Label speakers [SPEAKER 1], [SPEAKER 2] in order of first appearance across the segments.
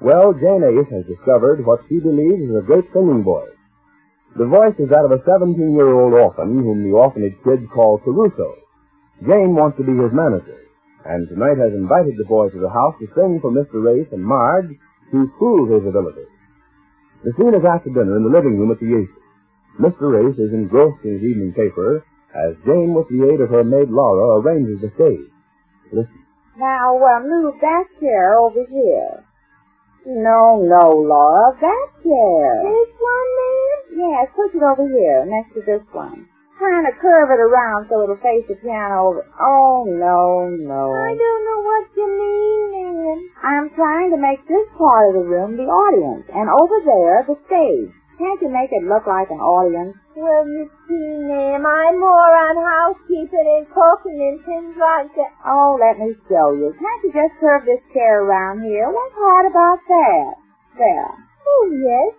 [SPEAKER 1] Well, Jane Ace has discovered what she believes is a great singing voice. The voice is that of a 17-year-old orphan whom the orphanage kids call Caruso. Jane wants to be his manager, and tonight has invited the boy to the house to sing for Mr. Race and Marge to prove his ability. The scene is after dinner in the living room at the Yates. Mr. Race is engrossed in his evening paper as Jane, with the aid of her maid Laura, arranges the stage. Listen.
[SPEAKER 2] Now, uh, move that chair over here. No, no, Laura, that chair.
[SPEAKER 3] This one, ma'am?
[SPEAKER 2] Yes, push it over here, next to this one. Kind of curve it around so it'll face the piano over. Oh, no, no.
[SPEAKER 3] I don't know what you mean, ma'am.
[SPEAKER 2] I'm trying to make this part of the room the audience, and over there, the stage. Can't you make it look like an audience?
[SPEAKER 3] Well, you see, ma'am, I'm more on housekeeping and cooking and things like that.
[SPEAKER 2] Oh, let me show you. Can't you just curve this chair around here? What's hard about that? There.
[SPEAKER 3] Oh, yes,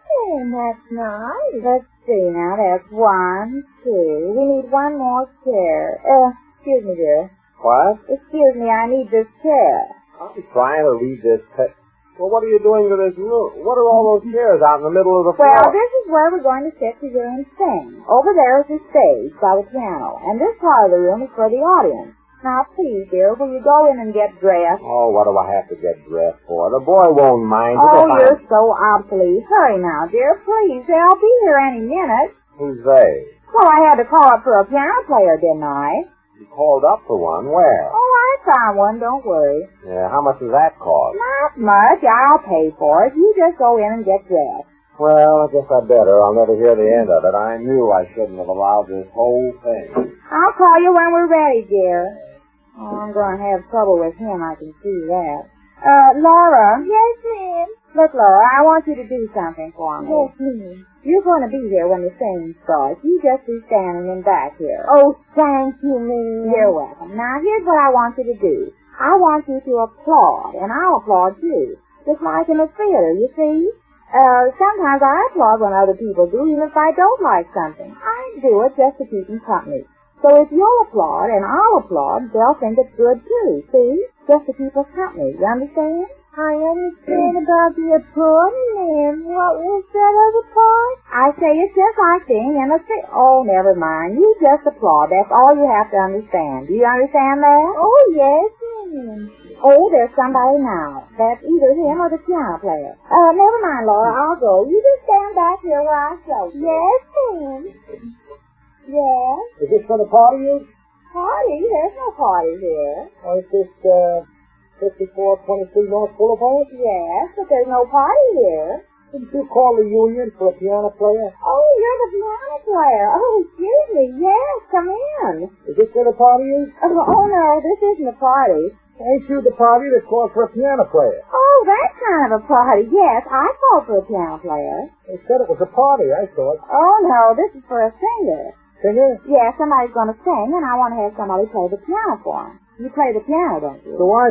[SPEAKER 3] ma'am, that's nice.
[SPEAKER 2] Let's see now. That's one, two. We need one more chair. Uh, excuse me, dear.
[SPEAKER 4] What?
[SPEAKER 2] Excuse me, I need this chair.
[SPEAKER 4] I'm trying to read this text. Well, what are you doing to this room? What are all those chairs out in the middle of the floor?
[SPEAKER 2] Well, this is where we're going to sit to hear him sing. Over there is the stage by the piano, and this part of the room is for the audience. Now, please, dear, will you go in and get dressed?
[SPEAKER 4] Oh, what do I have to get dressed for? The boy won't mind.
[SPEAKER 2] Oh, you're so obsolete. Hurry now, dear, please. They'll be here any minute.
[SPEAKER 4] Who's they?
[SPEAKER 2] Well, I had to call up for a piano player, didn't I?
[SPEAKER 4] You called up for one. Where?
[SPEAKER 2] Oh, I found one. Don't worry.
[SPEAKER 4] Yeah, how much does that cost?
[SPEAKER 2] Not much. I'll pay for it. You just go in and get dressed.
[SPEAKER 4] Well, I guess I better. I'll never hear the end of it. I knew I shouldn't have allowed this whole thing.
[SPEAKER 2] I'll call you when we're ready, dear. Oh, I'm going to have trouble with him. I can see that. Uh, Laura.
[SPEAKER 3] Yes, ma'am.
[SPEAKER 2] Look, Laura, I want you to do something for me.
[SPEAKER 3] Yes, ma'am.
[SPEAKER 2] You're going to be here when the singing starts. You just be standing in back here.
[SPEAKER 3] Oh, thank you, ma'am.
[SPEAKER 2] You're welcome. Now, here's what I want you to do. I want you to applaud, and I'll applaud you. Just like in a theater, you see? Uh, sometimes I applaud when other people do, even if I don't like something. I do it just to keep them company. So if you'll applaud and I'll applaud, they'll think it's good too, see? Just to keep us company, you understand?
[SPEAKER 3] I understand about the applauding, ma'am. What was that other part?
[SPEAKER 2] I say it's just like being in a fi- Oh, never mind. You just applaud. That's all you have to understand. Do you understand that?
[SPEAKER 3] Oh, yes, ma'am.
[SPEAKER 2] Oh, there's somebody now. That's either him or the piano player. Uh, never mind, Laura. I'll go. You just stand back here while I show you.
[SPEAKER 3] Yes, ma'am. Yes?
[SPEAKER 4] Is this for the party is?
[SPEAKER 2] Party? There's no party here.
[SPEAKER 4] Oh, is this, uh... 5423 North Boulevard?
[SPEAKER 2] Yes, but there's no party here.
[SPEAKER 4] Didn't you call the union for a piano player?
[SPEAKER 2] Oh, you're the piano player. Oh, excuse me. Yes, come in.
[SPEAKER 4] Is this where the party is?
[SPEAKER 2] Oh, oh no, this isn't a party.
[SPEAKER 4] Ain't you the party that called for a piano player?
[SPEAKER 2] Oh, that kind of a party. Yes, I called for a piano player.
[SPEAKER 4] They said it was a party, I thought.
[SPEAKER 2] Oh, no, this is for a singer.
[SPEAKER 4] Singer?
[SPEAKER 2] Yeah, somebody's going to sing, and I want to have somebody play the piano for him. You play the piano, don't you?
[SPEAKER 4] Do I?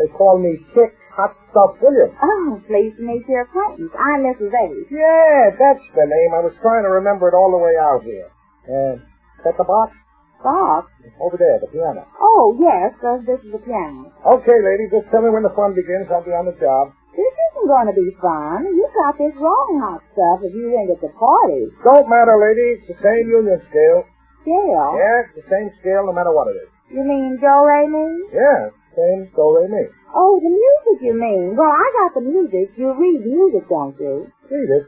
[SPEAKER 4] They call me Chick Hot Stuff Williams.
[SPEAKER 2] Oh, pleased to meet your acquaintance. I'm Mrs. Ace.
[SPEAKER 4] Yeah, that's the name. I was trying to remember it all the way out here. Uh, is that the box?
[SPEAKER 2] Box?
[SPEAKER 4] Over there, the piano.
[SPEAKER 2] Oh, yes, uh, this is the piano.
[SPEAKER 4] Okay, ladies, just tell me when the fun begins. I'll be on the job.
[SPEAKER 2] This isn't going to be fun. You got this wrong, hot stuff, if you think it's a party.
[SPEAKER 4] Don't matter, lady. It's the same union scale.
[SPEAKER 2] Scale?
[SPEAKER 4] Yeah, it's the same scale no matter what it is.
[SPEAKER 2] You mean do re mi?
[SPEAKER 4] Yeah, same do re mi.
[SPEAKER 2] Oh, the music you mean? Well, I got the music. You read music, don't you?
[SPEAKER 4] Read it.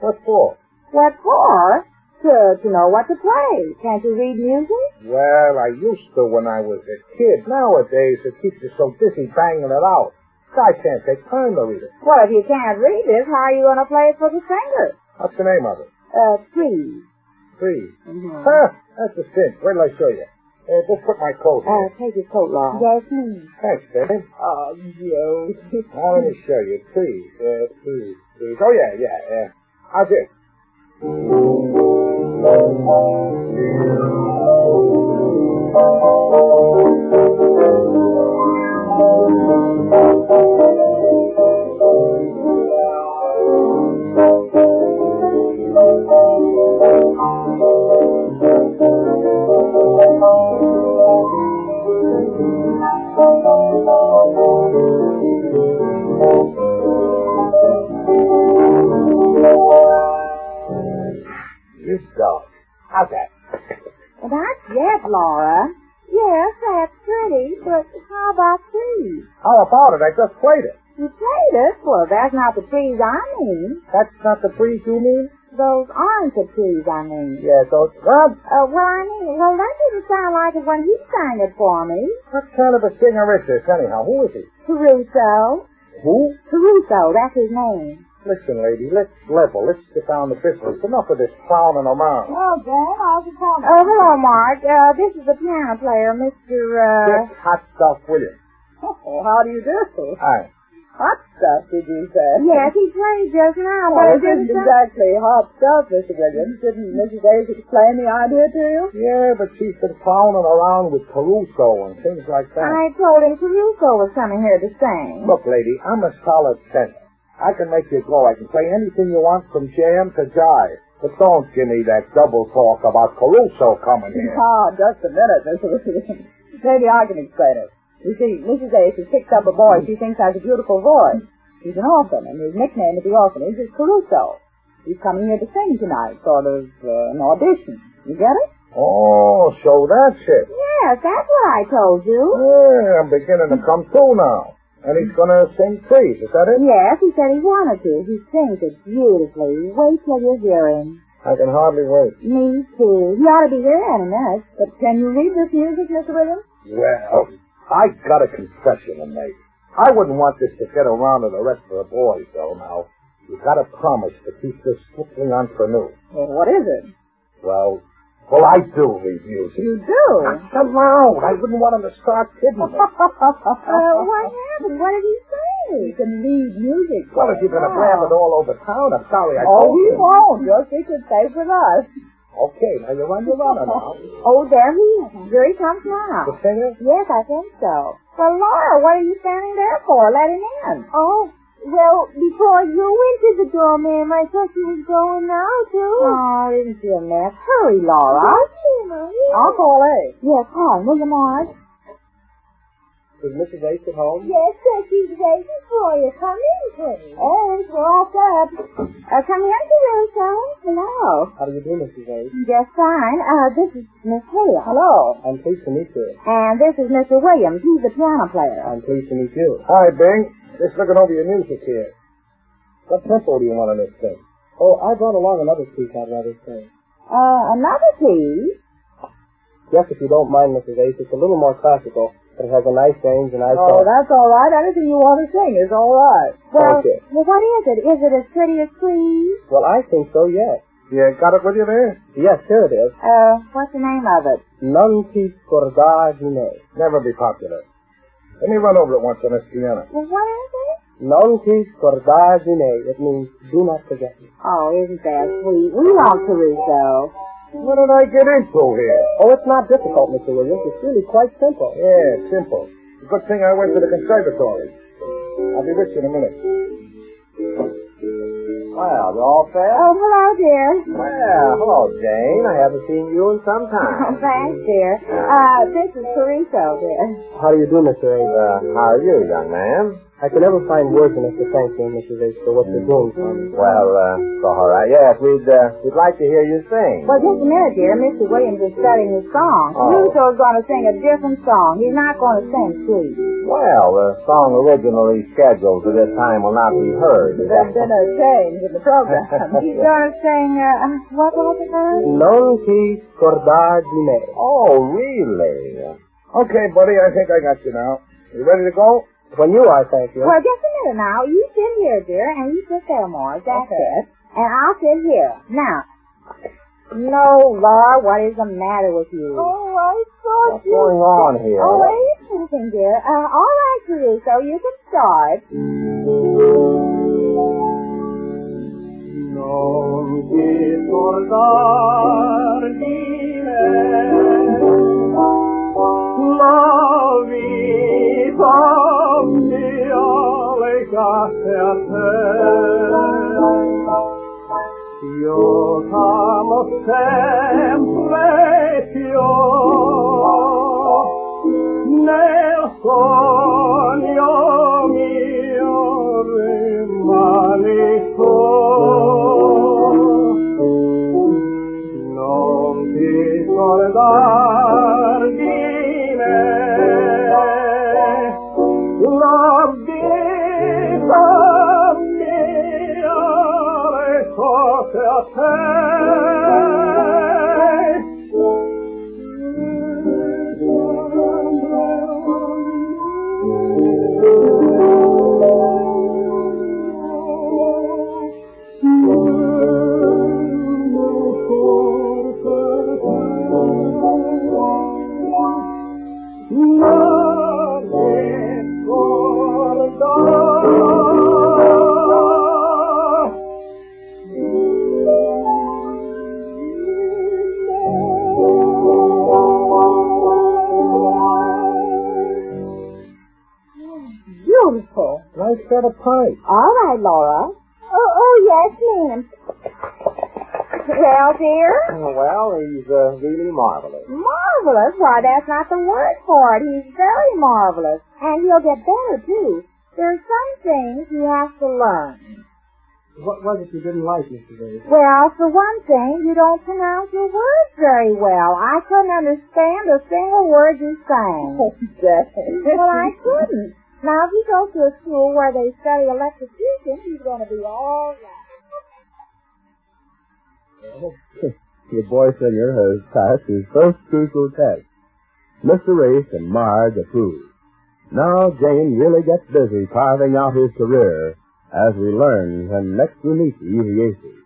[SPEAKER 4] What for?
[SPEAKER 2] What for? To to know what to play. Can't you read music?
[SPEAKER 4] Well, I used to when I was a kid. Nowadays, it keeps you so busy banging it out. I can't take time to read it.
[SPEAKER 2] Well, if you can't read it, how are you going to play it for the singer?
[SPEAKER 4] What's the name of it?
[SPEAKER 2] Uh, Trees.
[SPEAKER 4] Trees. Mm-hmm. Huh, that's a cinch. Wait till I show you. Uh, just put my coat on.
[SPEAKER 2] Uh, take your coat, Laura.
[SPEAKER 3] Yes, ma'am.
[SPEAKER 4] Thanks, Benny.
[SPEAKER 2] Oh, Joe.
[SPEAKER 4] now, let me show you. Please, uh, please, please. Oh, yeah, yeah, yeah. How's it? Thank you.
[SPEAKER 2] Laura. Yes, that's pretty, but how about trees?
[SPEAKER 4] How about it? I just played it.
[SPEAKER 2] You played us? Well, that's not the trees I mean.
[SPEAKER 4] That's not the breeze you mean?
[SPEAKER 2] Those aren't the trees I mean.
[SPEAKER 4] Yeah, those. Well,
[SPEAKER 2] Uh, well, I mean, well, that didn't sound like it when he sang it for me.
[SPEAKER 4] what kind of a singer is this, anyhow? Who is he?
[SPEAKER 2] Caruso.
[SPEAKER 4] Who?
[SPEAKER 2] Caruso, that's his name.
[SPEAKER 4] Listen, lady, let's level. Let's get down to business. Enough of this clowning around.
[SPEAKER 3] Well, Dan, how's it
[SPEAKER 2] Oh,
[SPEAKER 3] coming?
[SPEAKER 2] hello, Mark. Uh, this is the piano player, Mr., uh...
[SPEAKER 4] This hot stuff, William.
[SPEAKER 3] Oh, how do you do?
[SPEAKER 4] Hi.
[SPEAKER 3] Hot stuff, did you say?
[SPEAKER 2] Yes, he played just now,
[SPEAKER 3] Well, it
[SPEAKER 2] but it
[SPEAKER 3] isn't
[SPEAKER 2] didn't... sound-
[SPEAKER 3] exactly hot stuff, Mr. Williams. Didn't Mrs. Davis explain the idea to you?
[SPEAKER 4] Yeah, but she's been clowning around with Caruso and things like that.
[SPEAKER 2] I told him Caruso was coming here to sing.
[SPEAKER 3] Oh,
[SPEAKER 4] Look, lady, I'm a solid singer. I can make you go. I can play anything you want from jam to jive. But don't give me that double talk about Caruso coming here.
[SPEAKER 3] Oh, just a minute, Mr. Williams. Maybe I can explain it. You see, Mrs. Davis has picked up a boy she thinks has a beautiful voice. He's an orphan, and his nickname at the orphanage is Caruso. He's coming here to sing tonight, sort of uh, an audition. You get it?
[SPEAKER 4] Oh, so that's it.
[SPEAKER 2] Yes, that's what I told you.
[SPEAKER 4] Yeah, I'm beginning to come through now. And he's gonna sing trees, is that it?
[SPEAKER 2] Yes, he said he wanted to. He sings it beautifully. Wait till you hear him.
[SPEAKER 4] I can hardly wait.
[SPEAKER 2] Me too. He ought to be here any minute.
[SPEAKER 3] But can you read this music, Mr. Williams?
[SPEAKER 4] Well, I got a confession to make. I wouldn't want this to get around to the rest of the boys, though, now. You gotta promise to keep this strictly unfrenewed.
[SPEAKER 3] Well, what is it?
[SPEAKER 4] Well, well, I do read music.
[SPEAKER 3] You do?
[SPEAKER 4] Not around. I wouldn't want him to start kidding me.
[SPEAKER 2] Uh, what happened? What did he say?
[SPEAKER 3] You can read music.
[SPEAKER 4] Well, if you're gonna blab it all over town, I'm sorry I
[SPEAKER 3] Oh,
[SPEAKER 4] told
[SPEAKER 3] we
[SPEAKER 4] you.
[SPEAKER 3] won't. Your secret's safe with us.
[SPEAKER 4] Okay, now you're on your honor now.
[SPEAKER 2] Oh, there he is. Here he comes now.
[SPEAKER 4] The singer?
[SPEAKER 2] Yes, I think so. Well, Laura, what are you standing there for? Let him in.
[SPEAKER 3] Oh, well, before you went to the door, ma'am, I thought you was going out, too.
[SPEAKER 2] Oh, isn't she a mess? Hurry, Laura.
[SPEAKER 3] I'll call A.
[SPEAKER 2] Yes, hi, William Marge.
[SPEAKER 4] Is Mrs. Ace at home?
[SPEAKER 3] Yes, sir, she's waiting for you. Come in, please.
[SPEAKER 2] Hey, what's up? Uh, come in, Caruso. Hello.
[SPEAKER 4] How do you do, Mrs. Ace?
[SPEAKER 2] Just fine. Uh, this is Miss Hale.
[SPEAKER 3] Hello.
[SPEAKER 4] I'm pleased to meet you.
[SPEAKER 2] And this is Mr. Williams. He's the piano player.
[SPEAKER 4] I'm pleased to meet you. Hi, Bing. Just looking over your music here. What tempo do you want on this thing? Oh, I brought along another piece I'd rather sing.
[SPEAKER 2] Uh, another tea?
[SPEAKER 4] Yes, if you don't mind, Mrs. Ace, it's a little more classical, but it has a nice range and I
[SPEAKER 3] Oh, that's all right. Anything you want to sing is all right.
[SPEAKER 2] Well,
[SPEAKER 4] Thank you.
[SPEAKER 2] well, what is it? Is it as pretty as trees?
[SPEAKER 4] Well, I think so, yes. You got it with you there? Yes, here it is.
[SPEAKER 2] Uh, what's the name of it?
[SPEAKER 4] Non ti scordagine. Never be popular. Let me run over it once on this piano.
[SPEAKER 2] Well, what is it?
[SPEAKER 4] Non ti scordagine. It means do not forget me.
[SPEAKER 2] Oh, isn't that sweet? We love Caruso.
[SPEAKER 4] What did I get into here?
[SPEAKER 5] Oh, it's not difficult, Mr. Williams. It's really quite simple.
[SPEAKER 4] Yeah, simple. Good thing I went to the conservatory. I'll be with you in a minute. Well, you all fair?
[SPEAKER 2] Oh, hello, dear.
[SPEAKER 4] Well, hello, Jane. I haven't seen you in some
[SPEAKER 2] Oh,
[SPEAKER 4] time.
[SPEAKER 2] thanks, dear. Uh, this is Caruso, dear.
[SPEAKER 5] How do you do, Mr. Ace?
[SPEAKER 4] Uh, how are you, young man?
[SPEAKER 5] I can never find words enough to thank you, Mrs. Ace, for what you're doing for me.
[SPEAKER 4] Well, uh, it's all right. Yes, we'd, uh, we'd like to hear you sing.
[SPEAKER 2] Well, just a minute, dear. Mr. Williams is studying his song.
[SPEAKER 4] Oh.
[SPEAKER 2] Caruso's going to sing a different song. He's not going to sing Sweet.
[SPEAKER 4] Well, the song originally scheduled for this time will not be heard. Is
[SPEAKER 3] There's been
[SPEAKER 4] that-
[SPEAKER 3] a change in the program.
[SPEAKER 2] He's going to sing, uh, what was it, Vern?
[SPEAKER 5] Non ti scordar di me.
[SPEAKER 4] Oh, really? Okay, buddy, I think I got you now. You ready to go?
[SPEAKER 5] When you are, thank you.
[SPEAKER 2] Well, just a minute now. You sit here, dear, and you sit there, Morris. That's
[SPEAKER 3] Okay.
[SPEAKER 2] it. And I'll sit here. Now. No, Laura, what is the matter with you?
[SPEAKER 3] oh, I thought
[SPEAKER 4] What's going on here?
[SPEAKER 2] Oh, wait a second, dear. Uh, all right, Caruso, you can start.
[SPEAKER 5] Non ti scordar di me. La vita mia legate a te. Io t'amo sempre più nel sogno mio rimani tu. Non ti scordare
[SPEAKER 6] forte a te. Non ricordar.
[SPEAKER 3] Beautiful.
[SPEAKER 4] Nice set of pipes.
[SPEAKER 3] All right, Laura.
[SPEAKER 2] Oh, oh, yes, ma'am. Well, dear,
[SPEAKER 4] Well, he's uh, really marvelous.
[SPEAKER 2] marvelous. Why, that's not the word for it. He's very marvelous. And he'll get better, too. There's some things he has to learn.
[SPEAKER 5] What was it you didn't like, Mrs. Ace?
[SPEAKER 2] Well, for one thing, you don't pronounce your words very well. I couldn't understand a single word you sang. Well, I couldn't. Now, if you go to a school where they study electrocution, he's going to be all right.
[SPEAKER 1] Your boy singer has passed his first crucial test. Mr. Race and Marge approve. Now Jane really gets busy carving out his career as we learn when next we meet E Easy Acey.